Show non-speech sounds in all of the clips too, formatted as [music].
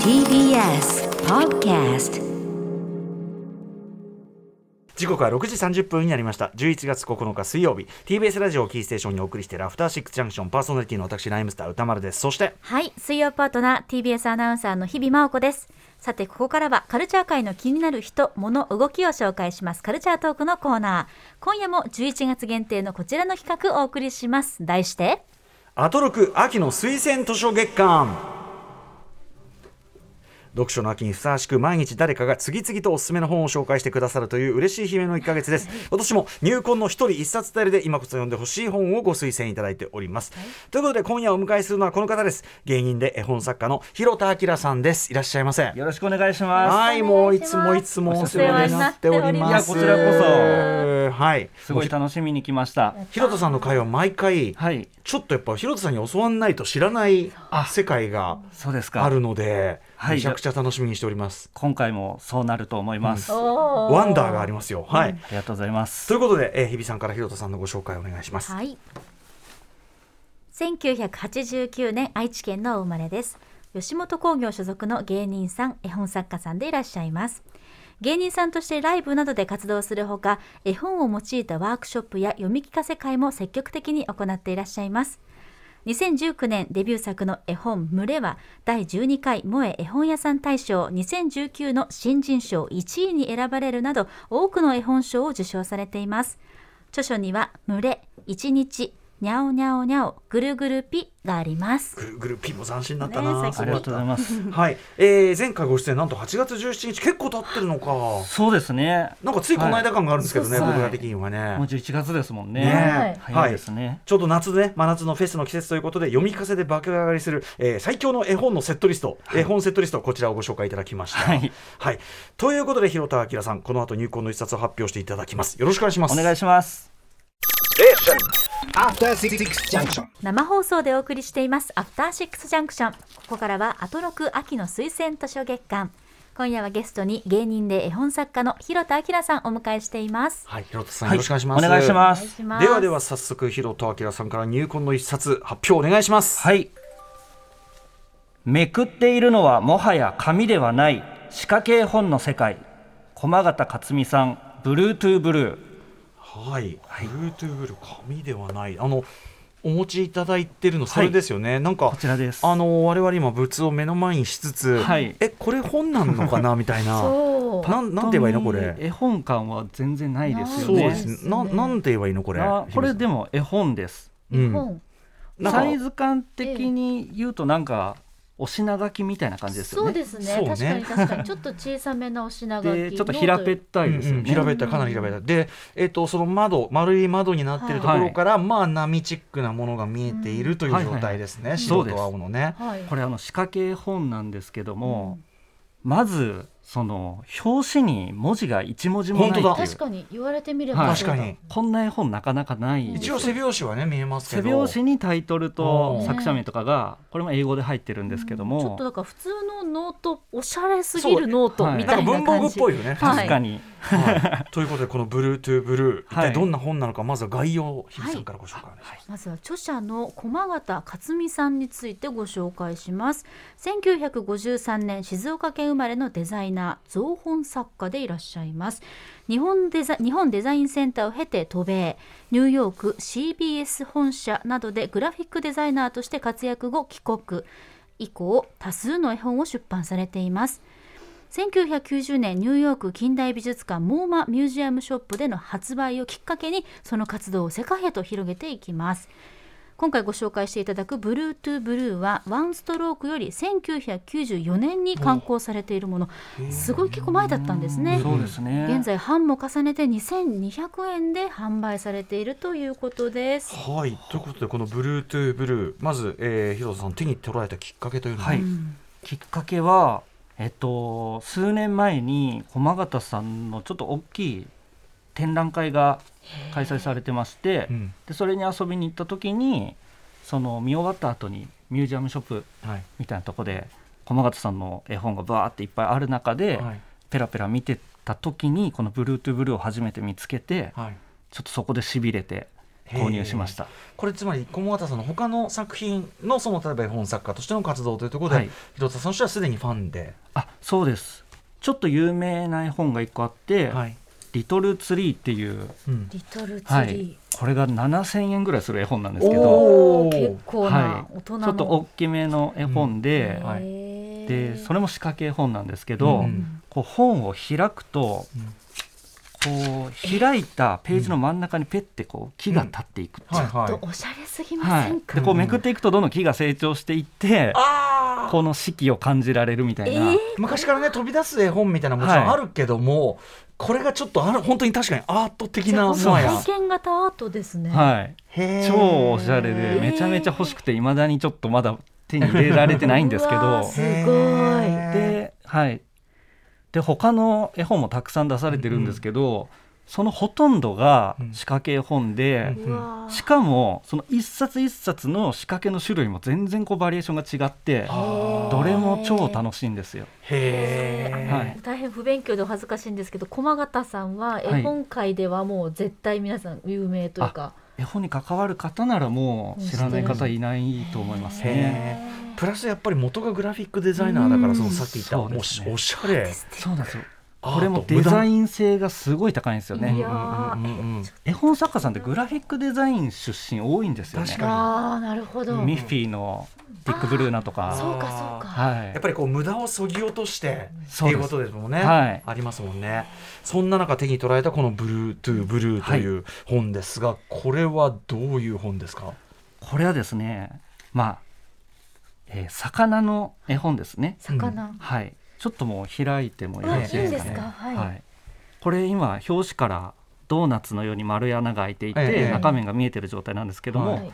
TBS Podcast 時刻は6時30分になりました11月9日水曜日 TBS ラジオをキーステーションにお送りしているアフターシックスジャンクションパーソナリティの私ライムスター歌丸ですそしてはい水曜パートナー TBS アナウンサーの日々真央子ですさてここからはカルチャー界の気になる人物動きを紹介しますカルチャートークのコーナー今夜も11月限定のこちらの企画をお送りします題してアトロク秋の推薦図書月間読書の秋にふさわしく毎日誰かが次々とおすすめの本を紹介してくださるという嬉しい悲鳴の1ヶ月です今年も入魂の一人一冊伝えるで今こそ読んでほしい本をご推薦いただいております、ということで今夜お迎えするのはこの方です芸人で絵本作家の広田明さんですいらっしゃいませよろしくお願いします。はい、もういつもいつもお世話になっております。お世話になっておりはい、すごい楽しみに来ました。ひろたさんの会は毎回、はい、ちょっとやっぱひろたさんに教わんないと知らないあ世界がそうですか。あるので、はいめちゃくちゃ楽しみにしております。今回もそうなると思います。あワワンダーがありますよ。はい。りがとうございますとい。うことで、えー、日比さんからひろたさんのご紹介お願いします。はい。1989年愛知県のお生まれです。吉本興業所属の芸人さん、絵本作家さんでいらっしゃいます。芸人さんとしてライブなどで活動するほか、絵本を用いたワークショップや読み聞かせ会も積極的に行っていらっしゃいます。2019年デビュー作の絵本「群れ」は第12回萌え絵本屋さん大賞2019の新人賞1位に選ばれるなど多くの絵本賞を受賞されています著書には「群れ」「一日」「にゃおにゃおにゃお」「ぐるぐるぴ」がありますぐるぐるピンも斬新だったな、ねえそあうりだがったとうございます。はい、えー、前回ご出演なんと8月17日結構経ってるのかそうですね。なんかついこの間感があるんですけどね、はい僕ら的にはね、もう11月ですもんね。ねえ早いですね。ちょうど夏ね、真夏のフェスの季節ということで、読み聞かせで爆上がりする、えー最強の絵本のセットリスト、絵本セットリスト、こちらをご紹介いただきました。はいはいということで、広田明さん、この後入魂の一冊を発表していただきます。よろしくお願いします。お願いします。 After Six Junction. 生放送でお送りしています「アフターシックスジャンクション」ここからはアトロク秋の推薦図書月間今夜はゲストに芸人で絵本作家の広田明さんをお迎えしていますはい、広田さん、よろしくお願いします。お願いします。でではでは、早速、広田明さんから入魂の一冊、発表お願いします。はい。めくっているのはもはや紙ではない仕掛け絵本の世界。駒形克美さん、ブルートゥーブルー。はい、ブルートゥーブル紙ではない、あの。お持ちいただいてるの、それですよね、なんか。こちらですあの、我々今物を目の前にしつつ、はいえ、これ本なのかなみたいな。そうなん、なんて言えばいいの、これ。絵本感は全然ないですよそうね。ですね。なん、なんて言えばいいの、これあ。これでも。も絵本ですうん。本なんかサイズ感的に言うとなんかお品書きみたいな感じですそよねうですねそうね確かに確かにちょっと小さめなお品書きでちょっと平べったいですようんね、うん平べったいかなり平べったいで、えっとその窓丸い窓になってるところから、まあ波チックなものが見えているという状態ですね、い白と青のねはいこれあの仕掛け絵本なんですけども、まずその表紙に文字が一文字もないってい本当だ確うかに言われてみれはばい確かにこんな絵本なかなかないです一応背表紙はね見えますけ背ど表紙にタイトルうとん作者名とかがこれも英語で入ってるんですけども、ちょっとだから普通のノートおしゃれすぎるノートみなたんいか文な房具感っじぽいよはね、い確かにはい、ということでこの「ブルートゥーブルー」一は体いどんな本なのか、まずは概要を日比さんからご紹介お願いします。まずは著者の駒形克美さんについてご紹介します1953年静岡県生まれのデザイナー造本作家でいらっしゃいます日本デザ日本デザインセンターを経て渡米ニューヨーク CBS 本社などでグラフィックデザイナーとして活躍後帰国以降多数の絵本を出版されています1990年ニューヨーク近代美術館モーマミュージアムショップでの発売をきっかけにその活動を世界へと広げていきます今回ご紹介していただく「ブルートゥーブルー」はワンストロークより1994年に刊行されているものすごい結構前だったんですねそうですね現在版も重ねて2200円で販売されているということですはい、ということでこの「ブルートゥーブルー」まず、えー、広田さん手に取られたきっかけというのは、はい、きっかけは、えっと、数年前に駒形さんのちょっと大きい展覧会が開催されてまして、うんでそれに遊びに行った時にその見終わった後にミュージアムショップはいみたいなとこで駒形さんの絵本がバーっていっぱいある中で、はいペラペラ見てた時にこの「ブルートゥブルー」を初めて見つけて、はいちょっとそこでしびれて購入しました。これつまり駒形さんの他の作品のその例えば絵本作家としての活動というところで、はい広田さんとしてはすでにファンで、あそうですちょっと有名な絵本が1個あって「はいリトルツリー」っていう、うん、リトルツリー、はい、これが7000円ぐらいする絵本なんですけど、おおー結ー構な大人ちの、ょっと大きめの絵本で,、はいでそれれも仕掛け絵本なんですけど、うんこう本を開くと、こう開いたページの真ん中にペッてこう木が立っていくっていうはいはいおしゃれすぎまはせんい、か、でこうめくっていくとどんどん木が成長していって、あこの四季を感じられるみたいな、ー昔からね飛び出す絵本みたいなのもちろんあるけども、これがちょっとある本当に確かにアート的なもはや体験型アートですね、はい、へー超おしゃれでめちゃめちゃ欲しくていまだにちょっとまだ手に入れられてないんですけうわどーすへーごではいで他の絵本もたくさん出されてるんですけど、そのほとんどがうん仕掛け絵本で、うんうわーしかもその一冊一冊の仕掛けの種類も全然こうバリエーションが違ってあーどれも超楽しいんですよ。へーはい大変不勉強でお恥ずかしいんですけど駒形さんははい絵本界ではもう絶対皆さん有名というか、絵本に関わる方ならもう知らない方いないと思いますね。へープラスやっぱり元がグラフィックデザイナーだから、うんそのさっき言ったそうおですしねおしゃれそうなんですよ。アートこれもデザンイン性がすごい高いんですよね。いやーうんうんうんうん絵本作家さんってグラフィックデザイン出身多いんですよね確かああなるほどミッフィーのディック・ブルーナとあーかそうかそうかはいやっぱりこう無駄をそぎ落としてってそういですうことですもんね、はいありますもんねそんな中手に取られたこの「ブルートゥーブルー」という本ですが、これはどういう本ですかこれはですねまあ、えー魚の絵本ですね魚、はいちょっともう開いてもよろしいあいいんでですすかかねはいこれ今表紙からドーナツのように丸い穴が開いていて、ええ中面が見えてる状態なんですけども、はい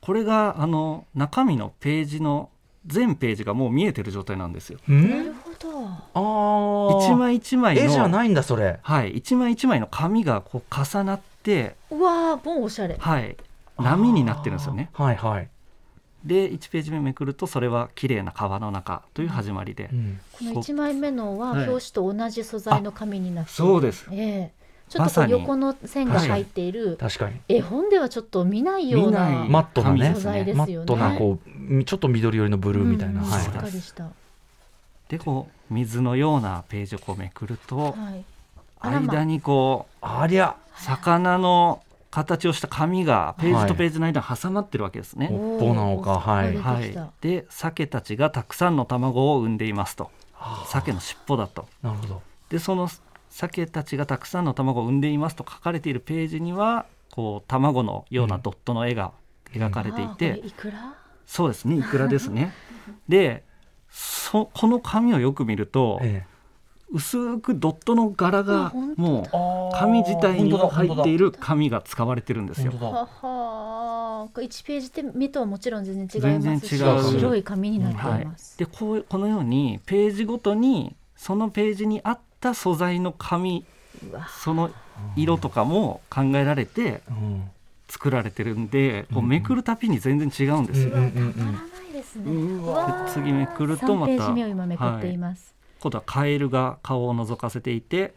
これがあの中身のページの全ページがもう見えてる状態なんですよ。うんなるほどあー一枚一枚の絵じゃないんだそれはい、一枚一枚の紙がこう重なって、うわーもうおしゃれはい、波になってるんですよね。はいはい、で1ページ目めくるとそれは綺麗な川の中という始まりで、うんこの1枚目のははい表紙と同じ素材の紙になっているそうですええちょまっとこさうに横の線が入っている確かに絵本ではちょっと見ないよう見なないマットなね紙素材ですマよッねトなこうちょっと緑寄りのブルーみたいな、うんはいしっかりした、はでこう水のようなページをこうめくるとい、あらま間にこありゃう魚の形をした紙がページとページの間に挟まってるわけですね。おっぽなのかはいおは出てきいた、で鮭たちがたくさんの卵を産んでいますと鮭の尻尾だとなるほどでその鮭たちがたくさんの卵を産んでいますと書かれているページにはこう卵のようなドットの絵が描かれていて、あーこれいくらそうですねいくらです [laughs] ねでそこの紙をよく見ると、え薄くドットの柄がうんもえう紙自体に入っているる紙が使われてるんですよ本当だははこれ1ページで目とはもちろん全然違いますし全然違う白い紙になってはいいます、でこうこのようにページごとにそのページに合った素材の紙うわその色とかも考えられてうん作られてるんで、うんこううんめくるたびに全然違うんですよ、うんうんうたまらんないですね、うわわー次めくるとまた3ページ目を今めくっています、今度はカエルが顔を覗かせていて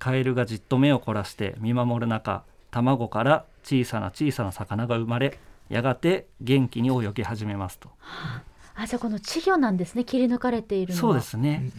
カエルがじっと目を凝らして見守る中卵から小さな小さな魚が生まれやがて元気に泳ぎ始めますとあじゃあこの稚魚なんですね切り抜かれているのはそうですね、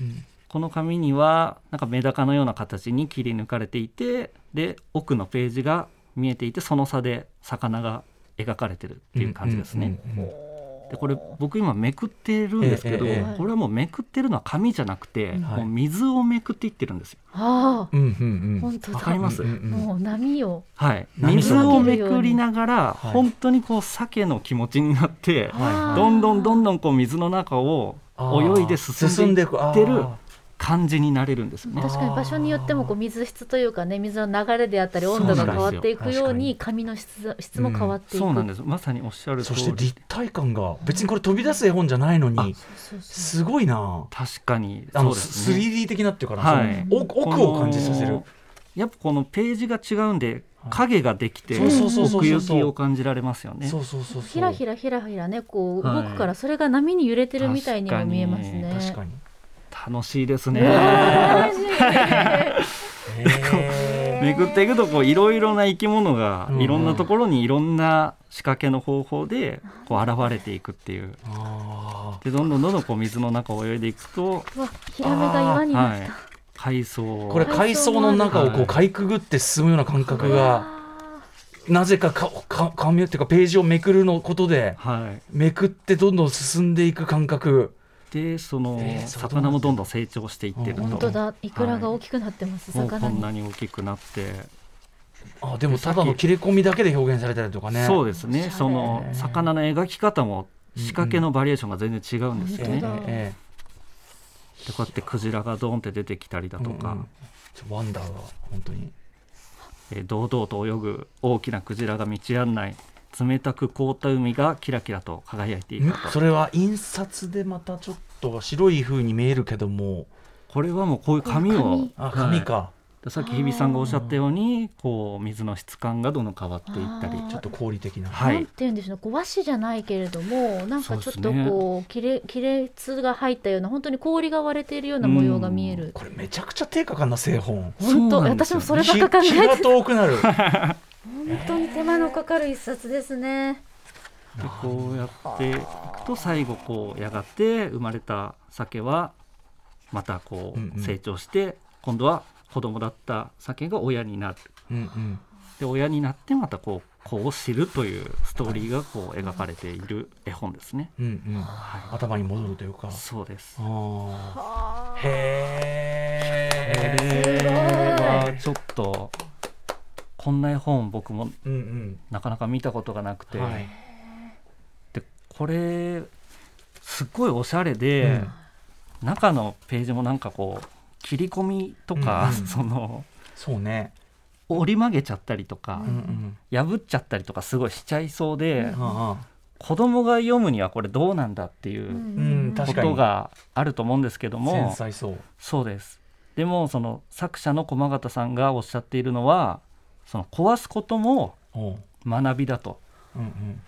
この紙にはなんかメダカのような形に切り抜かれていてで奥のページが見えていてその差で魚が描かれてるっていう感じですね。うんうんうんでこれ僕今めくってるんですけど、ええええこれはもうめくってるのは紙じゃなくて、はいもう水をめくっていってるんですよ。ああうんうんうん本当だわかりますうんうんうんもう波をはい、波水がをめくりながらはい本当にこう鮭の気持ちになって、はいどんどんどんどんこう水の中を泳いで進んでいってるあ感じになれるんですよね。確かに場所によってもこう水質というかね水の流れであったりそう温度なんですがよ変わっていくように確紙の質質も変わっていく、そうなんすですまさにおっしゃるそ通りして立体感が別にこれ飛び出す絵本じゃないのにそうそうすごいな確かにあそうのですね 3D 的なっていうかな、はいその奥奥を感じさせこるのやっぱこのページが違うんで影ができてそうそうそうそうそう奥行きを感じられますよねそうそうそうそうひらひらひらひらねこうは動いくからそれが波に揺れてるみたいにも見えますね。確かに楽しいですね楽しいへーめくっていくとこういろいろな生き物がうんいろんなところにいろんな仕掛けの方法でこう現れていくっていうあでどんどんどんどんこう水の中を泳いでいくと、うわヒラメが岩にいまはしいた、、海藻ーこれ海藻の中をこはういかいくぐって進むような感覚がなぜかかか紙っていうかページをめくるのことではい、めくってどんどん進んでいく感覚でそのえーそう魚もどんどん成長していっうてるんと本当だイクラが大きくなってます、もうこ魚んになに大きくなって、あでもただの切れ込みだけで表現されたりとかねそううですおしゃねれその魚の描き方も仕掛けのバリエーションが全然違うんですええよ本ね、当だええでこうやってクジラがドーンって出てきたりだとか、うんうんちょワンダーが本当にえー堂々と泳ぐ大きなクジラが道案内冷たく凍った海がキラキラと輝いていたんそれは印刷でまたちょっと白い風に見えるけどもこれはもうこういう紙をあはい紙か、でさっき日比さんがおっしゃったようにこう水の質感がどんどん変わっていったりあーちょっと効率的なはなんいて言うんでしょうねこう和紙じゃないけれどもなんかちょっとこう亀裂亀裂が入ったような本当に氷が割れているような模様が見える、これめちゃくちゃ低価かかんな製本本当そうなんです私よもねそればっか考え日てが遠くなる本当に手間のかかる一冊ですねでこうやっていくと最後こうやがて生まれた鮭はまたこうんううん成長して今度は子供だった鮭が親になるうんうんで親になってまたこう子を知るというストーリーがこう描かれている絵本ですね。うんうんは頭に戻るというかい、そうですあーへえこれはちょっとこんな絵本僕もうんなかなか見たことがなくうて、んはいでこれすっごいおしゃれで、うん中のページもなんかこう切り込みとか、うんうんそのそうね折り曲げちゃったりとかう、んうん破っちゃったりとかすごいしちゃいそうで、ああ子供が読むにはこれどうなんだっていうううんんこ確かとにがあると思うんですけど繊も細そうそうですでもその作者の駒形さんがおっしゃっているのはその壊すこともおう学びだとうんうん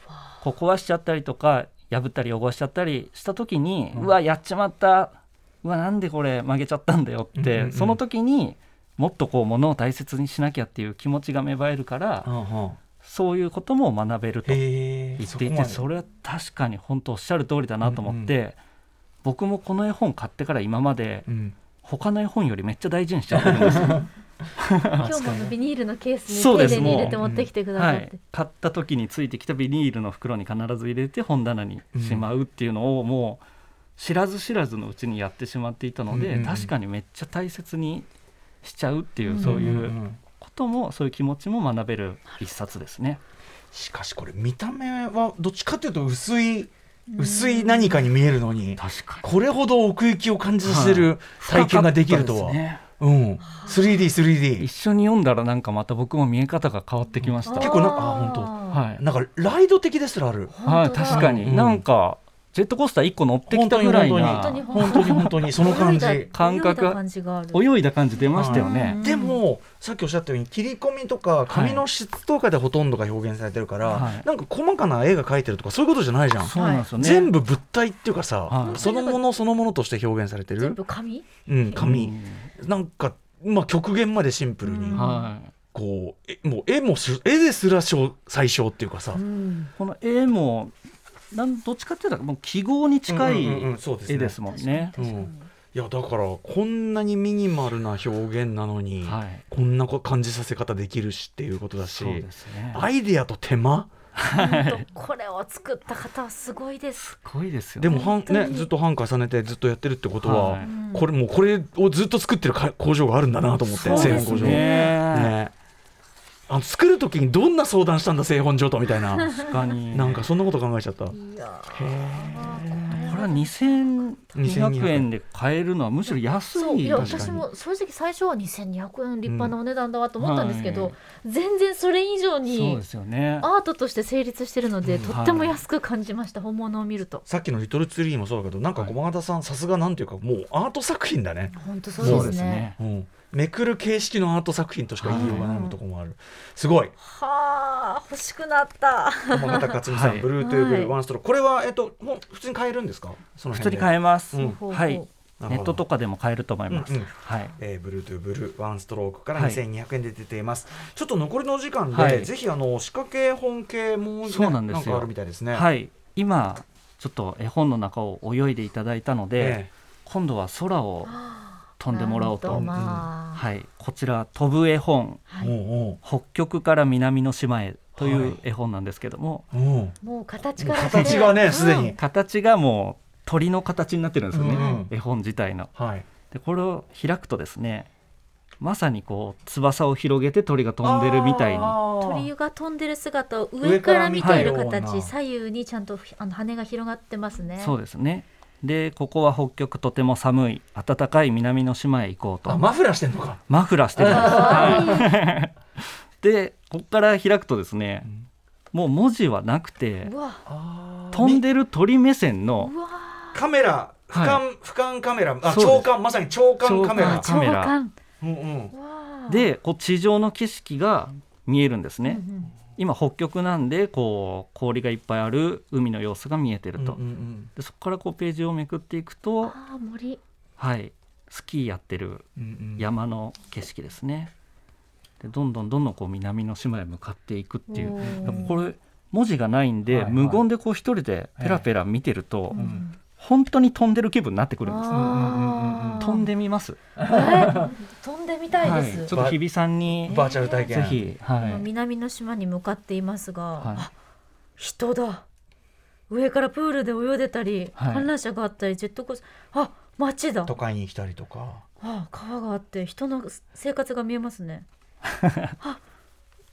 こう壊しちゃったりとか破ったり汚しちゃったりした時に、ううんわやっちまったうわなんでこれ曲げちゃったんだよっうて、んうんうんその時にもっとこうものを大切にしなきゃっていう気持ちが芽生えるから、うんうんそういうことも学べると言へえっていてそれは確かに本当おっしゃる通りだなと思って、う僕もこの絵本買ってから今までうん他の絵本よりめっちゃ大事にしちゃってるん [laughs] ですよ今日もあのビニールのケースにそう丁です寧に入れもうて持ってきてくだはさってい、買った時についてきたビニールの袋に必ず入れて本棚にしまうっていうのをもう知らず知らずのうちにやってしまっていたので、うんうんうん確かにめっちゃ大切にしちゃうっていう、うんそうんいうんうんこともそういう気持ちも学べる一冊ですね。しかしこれ見た目はどっちかというと薄い薄い何かに見えるのに確かこれほど奥行きを感じさせる体験ができるとは、うん 3D3D 一緒に読んだらなんかまた僕も見え方が変わってきましあー結た。構なんかあ本はい、なんかライド的ですらあるはい、本当だ確かに、うんなんかジェットコースター1個乗ってきたぐらい本当にな本当に本当にその感じ泳いだ感覚泳いだ感じがある泳いだ感じ出ましたよね。はいでもさっきおっしゃったように切り込みとか紙の質とかでほとんどが表現されてるから、はいなんか細かな絵が描いてるとかそういうことじゃないじゃん、そうなんですよね。全部物体っていうかさ、はいそのものそのものとして表現されて全る部、紙うん、紙、うんなんか、まあ、極限までシンプルに、うんはい。こうえもう絵もす絵ですら小最小っていうかさ、うんこの絵もなんどっちかっていうともう記号に近いうんうんうんそうですね絵ですもん確かにね。確かにいやだからこんなにミニマルな表現なのに、はい。こんなこ感じさせ方できるしっていうことだし、そうですね。アイディアと手間本当これを作った方はすごいですすごいですよでね。もはん本当にね、ずっと版重ねてずっとやってるってことは、はういんこれもうこれをずっと作ってるか工場があるんだなと思ってそう製で本す工場、ねね。あの作る時にどんな相談したんだ製本所とみたい [laughs] な確かに。なんかそんなこと考えちゃった。いやこれは二千二2200百円で買えるのはむしろ安そういいや確かに私も正直最初は2200円立派なお値段だわと思ったんですけうんどは、全然それ以上そうにですよね。アートとして成立してるので、うんとっても安く感じました、本物を見るとさっきの「リトルツリー」もそうだけどなんか駒形さんさすがなんていうかもうアート作品だね、本当そうそでうすね。うん、めくる形式のアート作品としか言いようがないとこもあるすごいはあ欲しくなった駒形克美さん、はいブルートゥーブはいルワンストローこれは、えっと、もう普通に買えるんですかその普通辺にで買えます。うんはい。あなるネほどットとかでも買えると思いまうす。んうんはい。えー、ブルートゥーブルーワンストロークからはい2200円で出ています、ちょっと残りのお時間で、はいぜひあの仕掛け本系もね、そうなんですよかあるみたいですね。いはい。今ちょっと絵本の中を泳いでいただいたので、今度は空を飛んでもらおうと。なんままあはい。こちら飛ぶ絵本はいも北極から南の島へといはいう絵本なんですけども、うおうおうもう形もうから形がねすでに、形がもう鳥の形になってるんですよね。うん絵本自体の。はいでこれを開くとですね。まさにこう翼を広げて鳥が飛んでるみたいにに鳥が飛んでる姿を上上かからら見見てていいるるような形左右にちゃんとあの羽が広がってますねそうですね。で、ここは北極とても寒い、暖かい南の島へ行こうあと。マフラーしてんのかマフラーしてるんです。ははいで、ここから開くとですね、もう文字はなくてう、わ飛んでる鳥目線のうわカメラ俯瞰、は俯瞰カメラあそうです長官まさに長官カメラ長官カメラ超感うんうんうわで、こう地上の景色が見えるんですうんうね。ん今北極なんで、こう氷がいっぱいある海の様子が見えてるとうんう。んで、そこからこうページをめくっていくと、ああ森はい、スキーやってるうんうんうん山の景色ですね。でどんどんどんどんこう南の島へ向かっていくっていうおーこれ文字がないんで、はいはい無言でこう一人でペラペラ見てると、ううんん本当に飛んでる気分になってくるんですね。あー飛んでみます。飛んでみたいちょでっす、と日比さんにバーチャル体験ぜひ、は今い、南の島に向かっていますが、はあ人だ上からプールで泳いでたり、はい観覧車があったりジェットコースターあ街だ都会に来たりとかあ川があって人の生活が見えます [laughs] ねあ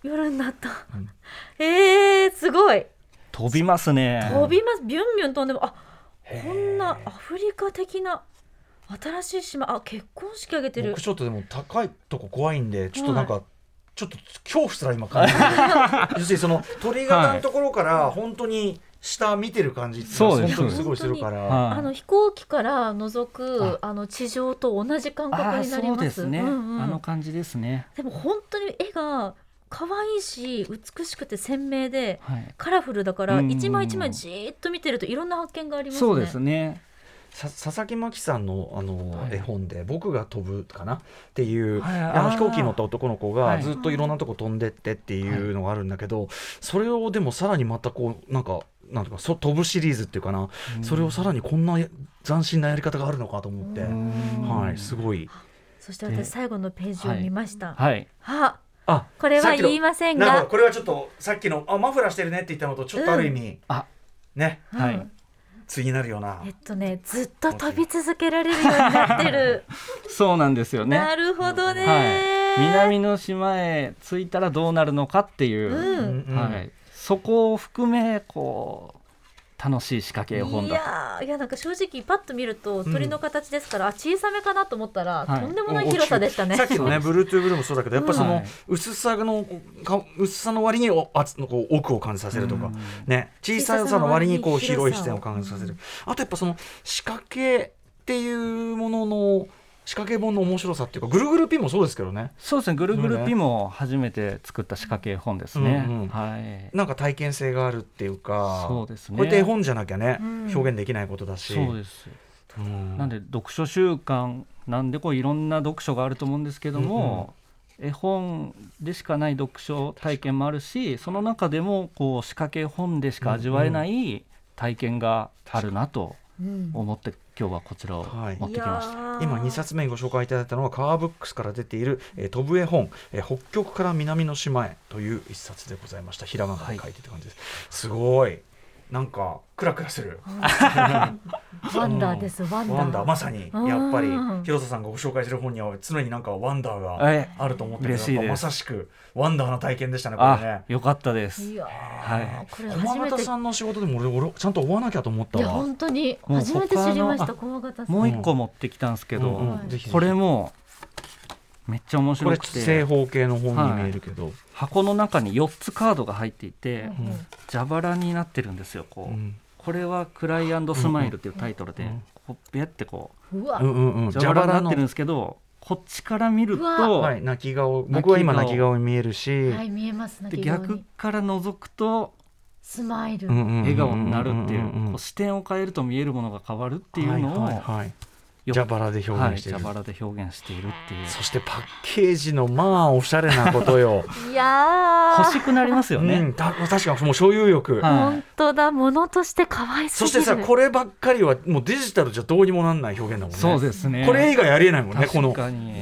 夜になった、うんえー、すごい飛びますね。飛びますビュンビュン飛んでもあこんなアフリカ的な新しい島あ結婚式挙げてる僕ちょっとでも高いとこ怖いんでちょっとなんか、ちょっと恐怖すら今 [laughs] 感じてる要するにその鳥型のところから本当に下見てる感じっていのはそうです本当にすごいするから、はいあの飛行機から覗くああの地上と同じ感あ覚ーになりそうま。ですすね、うんうんあの感じですね。でも本当に絵が可愛いし美しくて鮮明ではい。カラフルだかうんらうんうん一枚一枚じーっと見てるといろんな発見がありますね。そうですね。さ佐々木真希さんのあの、はい絵本で「僕が飛ぶ」かなっていう、はいあのあー飛行機に乗った男の子はがいずっといろんなとこ飛んでってっていうのがあるんだけど、それをでもさらにまたこうなんかなんとかそ飛ぶシリーズっていうかな、うんそれをさらにこんな斬新なやり方があるのかと思って、んはい、すごい。そして私最後のページを見ました。はい。ああこれさっはきの言いませんなるほがど、これはちょっとさっきのあマフラーしてるねって言ったのとちょっとある意味、あ、ねはういん。対になるようなえっとねずっと飛び続けられるようになってる。そうなんです [laughs] よね。なるほどね。はい、南の島へ着いたらどうなるのかっていう、うんうんはい、そこを含めこう楽しい仕掛け絵本いだやーいやなんか正直パッと見るとうん鳥の形ですから、あ小さめかなと思ったら、はいとんでもない広さでしたね。さっきのね、ブルートゥーブルーもそうだけど、やっぱりそはのい薄さの、か薄さの割にお、あつ、こう奥を感じさせるとうかん。ね、小ささの割に、こう小ささの広割にい視点を感じさせる。あと、やっぱその仕掛けっていうものの。仕掛け本の面白さっていうか、ぐるぐるピンもそうですけどね。そうですねぐるぐるピも初めて作った仕掛け絵本ですね、うんうんはいなんか体験性があるっていうか。そうですねこうやって絵本じゃなきゃね、うん表現できないことだし。そうですうんなんで読書習慣なんでこういろんな読書があると思うんですけども、絵本でしかない読書体験もあるしその中でもこう仕掛け絵本でしか味わえない体験があるなとうん思って今日はこちらをはい持ってきました。今2冊目にご紹介いただいたのはカーブックスから出ている「えー飛ぶ絵本、えー北極から南の島へ」という一冊でございました平仮名で書いてって感じです、すごいなんかクラクラするワンダーですワンダー。ワンダーまさにやっぱりうん広田さんがご紹介する本には常になんかワンダーがえあると思ってる嬉しいですまさしくワンダーな体験でしたねこれあね、よかったですい。やはーこれ初駒め形てさんの仕事でも俺俺ちゃんと追わなきゃと思ったいやわ本当にもう初めて知りました他の駒形さん。もう一個持ってきたんですけど、うんうんはいぜひぜひこれもめっちゃ面これ白く正て、方形の本に見えるけど、箱の中に4つカードが入っていて、うんうん蛇腹になってるんですよ。こう、うんこれはクライアンドスマイルっていうタイトルで、うんうんこうビャってこうわ、うんうんうんう蛇蛇腹に腹なっのてるんですけど、こっちから見るうわと、はい、泣き顔僕は今泣泣きき顔顔に見えるし、はい見えますなでき顔逆にから覗くとスマイル。うんうんうんうんうん笑顔になるっていんんんう、こう視点を変えると見えるものが変わるっていうはいはいのをはいよ蛇腹で表現している、はい、蛇腹で表現しているっていうそしてパッケージのまあおしゃれなこと [laughs] よ、いやー欲しくなりますよね、うん、た確かにもう所有欲、はい本当だものとして可愛すそぎるしてさこればっかりはもうデジタルじゃどうにもなんない表現だもんねそうですねこれ以外ありえないもんねこ確のかに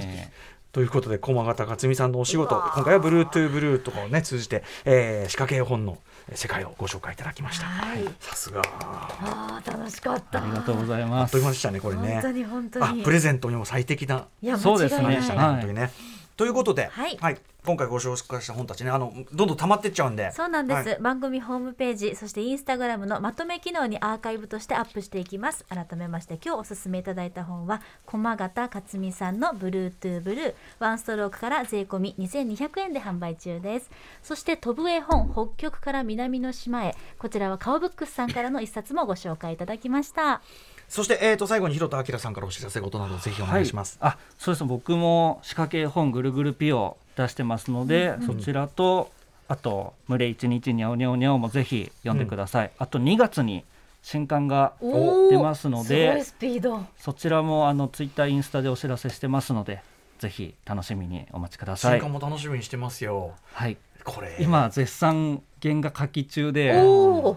ということで駒形克美さんのお仕事今回は「ブルートゥーブルー」とかをね通じて、えー、仕掛け絵本の世界をご紹介いただきました、はいさすがああー楽しかったありがとうございっまとすいう間でしたねこれね本当に本当あにプレゼントにも最適ないや間違いないそうですねでしたね、はい本当にねということで、はい今回ご紹介した本たちねあのどんどん溜まってっちゃうんでそうなんです、はい番組ホームページそしてインスタグラムのまとめ機能にアーカイブとしてアップしていきます改めまして今日おすすめいただいた本は駒形克美さんの「ブルートゥーブルー」ワンストロークから税込み2200円で販売中ですそして飛ぶ絵本北極から南の島へこちらはカオブックスさんからの一冊もご紹介いただきましたそして、えー、と最後に広田明さんからお知らせことなどぜひお願いします、はい、あそうですね僕も仕掛け絵本「ぐるぐるピ」を出してますので、そちらとあと「群れ一日にゃおにゃおにゃお」もぜひ読んでください、あと2月に新刊がおー出ますのですごいスピードそちらもあのツイッターインスタでお知らせしてますのでぜひ楽しみにお待ちくださ新い刊、も楽しみにしてますよはい、これ今絶賛原画書き中でお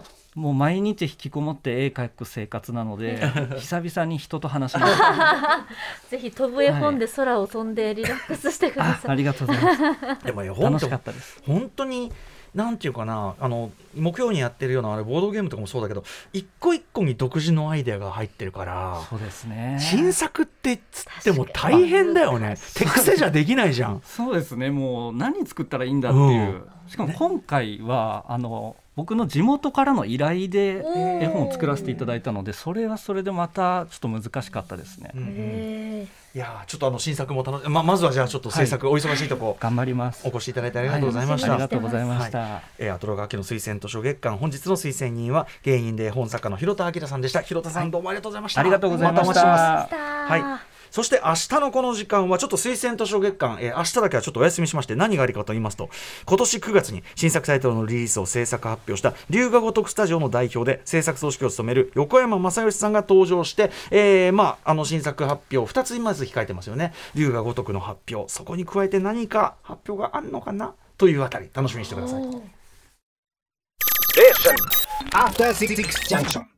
おもう毎日引きこもって絵描く生活なので久々に人と話しますぜひ飛ぶ絵本で空を飛んでリラックスしてくだあさいありがとうございますでも絵本っ楽てしかったです本当になんていうかなあの木曜にやってるようなあれボードゲームとかもそうだけど一個一個に独自のアイデアが入ってるからそうですね新作ってつっても大変だよね手癖じゃできないじゃん [laughs] そうですねもう何作ったらいいんだっていう、しかも今回はあの僕の地元からの依頼でおー絵本を作らせていただいたのでそれはそれでまたちょっと難しかったですね、うんうんへいやーちょっとあの新作も楽しままずはじゃあちょっと制作、お忙しいとこ頑張りますお越しいただいてありがとうございました、はありがとうございました、えー、アトロガキの推薦図書月間本日の推薦人は芸人で本作家の広田明さんでした広田さんどうもありがとうございました、ありがとうございまたお待しちしてますたはい、そして明日のこの時間はちょっと推薦図書月間、えー明日だけはちょっとお休みしまして何がありかと言いますと今年9月に新作タイトルのリリースを制作発表した龍河如くスタジオの代表で制作総指揮を務める横山正義さんが登場して、えーまあ、あの新作発表2つ今まず控えてますよね龍河如くの発表そこに加えて何か発表があるのかなというあたり楽しみにしてください。 After Six Junction.